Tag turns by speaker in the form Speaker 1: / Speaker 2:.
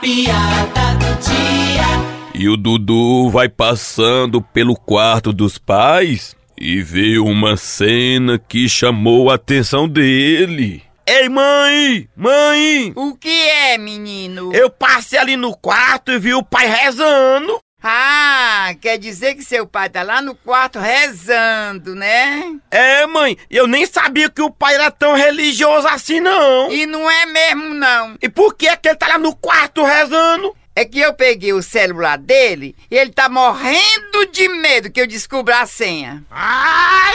Speaker 1: piada do dia.
Speaker 2: E o Dudu vai passando pelo quarto dos pais e vê uma cena que chamou a atenção dele. Ei, mãe! Mãe!
Speaker 3: O que é, menino?
Speaker 2: Eu passei ali no quarto e vi o pai rezando.
Speaker 3: Ah, quer dizer que seu pai tá lá no quarto rezando, né?
Speaker 2: É, mãe, eu nem sabia que o pai era tão religioso assim, não.
Speaker 3: E não é mesmo, não.
Speaker 2: E por que é que ele tá lá no quarto rezando?
Speaker 3: É que eu peguei o celular dele e ele tá morrendo de medo que eu descubra a senha.
Speaker 2: Ai!